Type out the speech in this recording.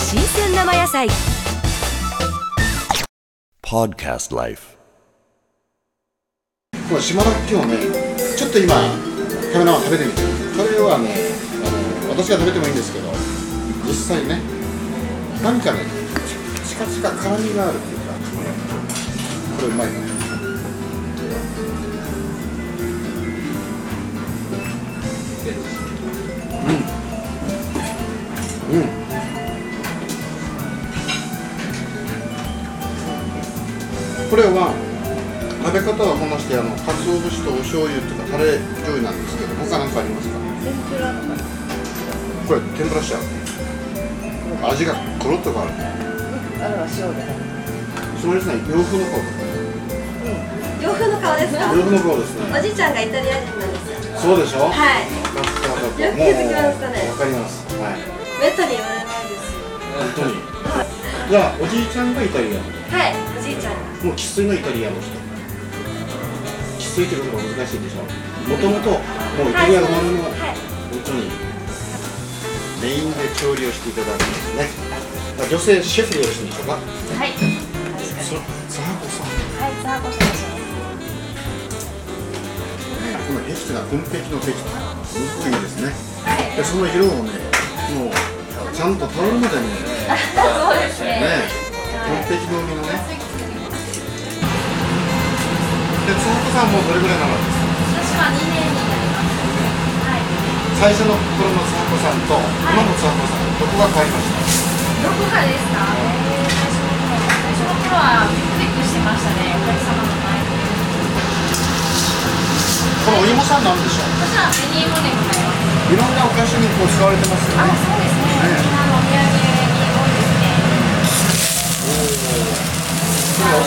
生野菜 Podcast Life. この島の木をねちょっと今カメラマン食べてみてこれはねあの私が食べてもいいんですけど実際ね何かねチカチカ辛みがあるっていうかこれうまいねうんうんこれは食べ方はこのしてあの鰹節とお醤油とかタレ醤油なんですけど他何かありますか天ぷらとかねこれ天ぷらしちゃう味がコロッと変わるあれは塩でそのりさん洋風の顔洋風の顔ですか洋風の顔ですねおじいちゃんがイタリア人なんですよそうでしょははいいよく気づきまし分かったたねわかりますはいめったに言われないです本当にじゃあおじいちゃんがイタリアンはいおじいちゃんもう生粋のイタリアンの人生粋ってことが難しいでしょもともともうイがはいタリそアうのですもののはい本当にメインで調理をしていただくんですねまあ女性シェフでよろしいんでしょうかはいそザーコさんはいさあご紹介しますね、この壁地が軍壁の壁地すごくいいですねはいでその色をねもうちゃんと頼るまでにねそうですね軍壁の海のねでつほこさんもどれぐらい長いです私はか2年になりますはい最初の頃のつほこさんと今のつほこさんどこが変わりましたどこがですか最初の頃はビクビクしてましたねお客様の前でこのお芋さんなんでしょう私は紅芋でございますいろんなお菓子にこう使われてますよあ、そうでねすね。みんなのお土産に多いですね。これお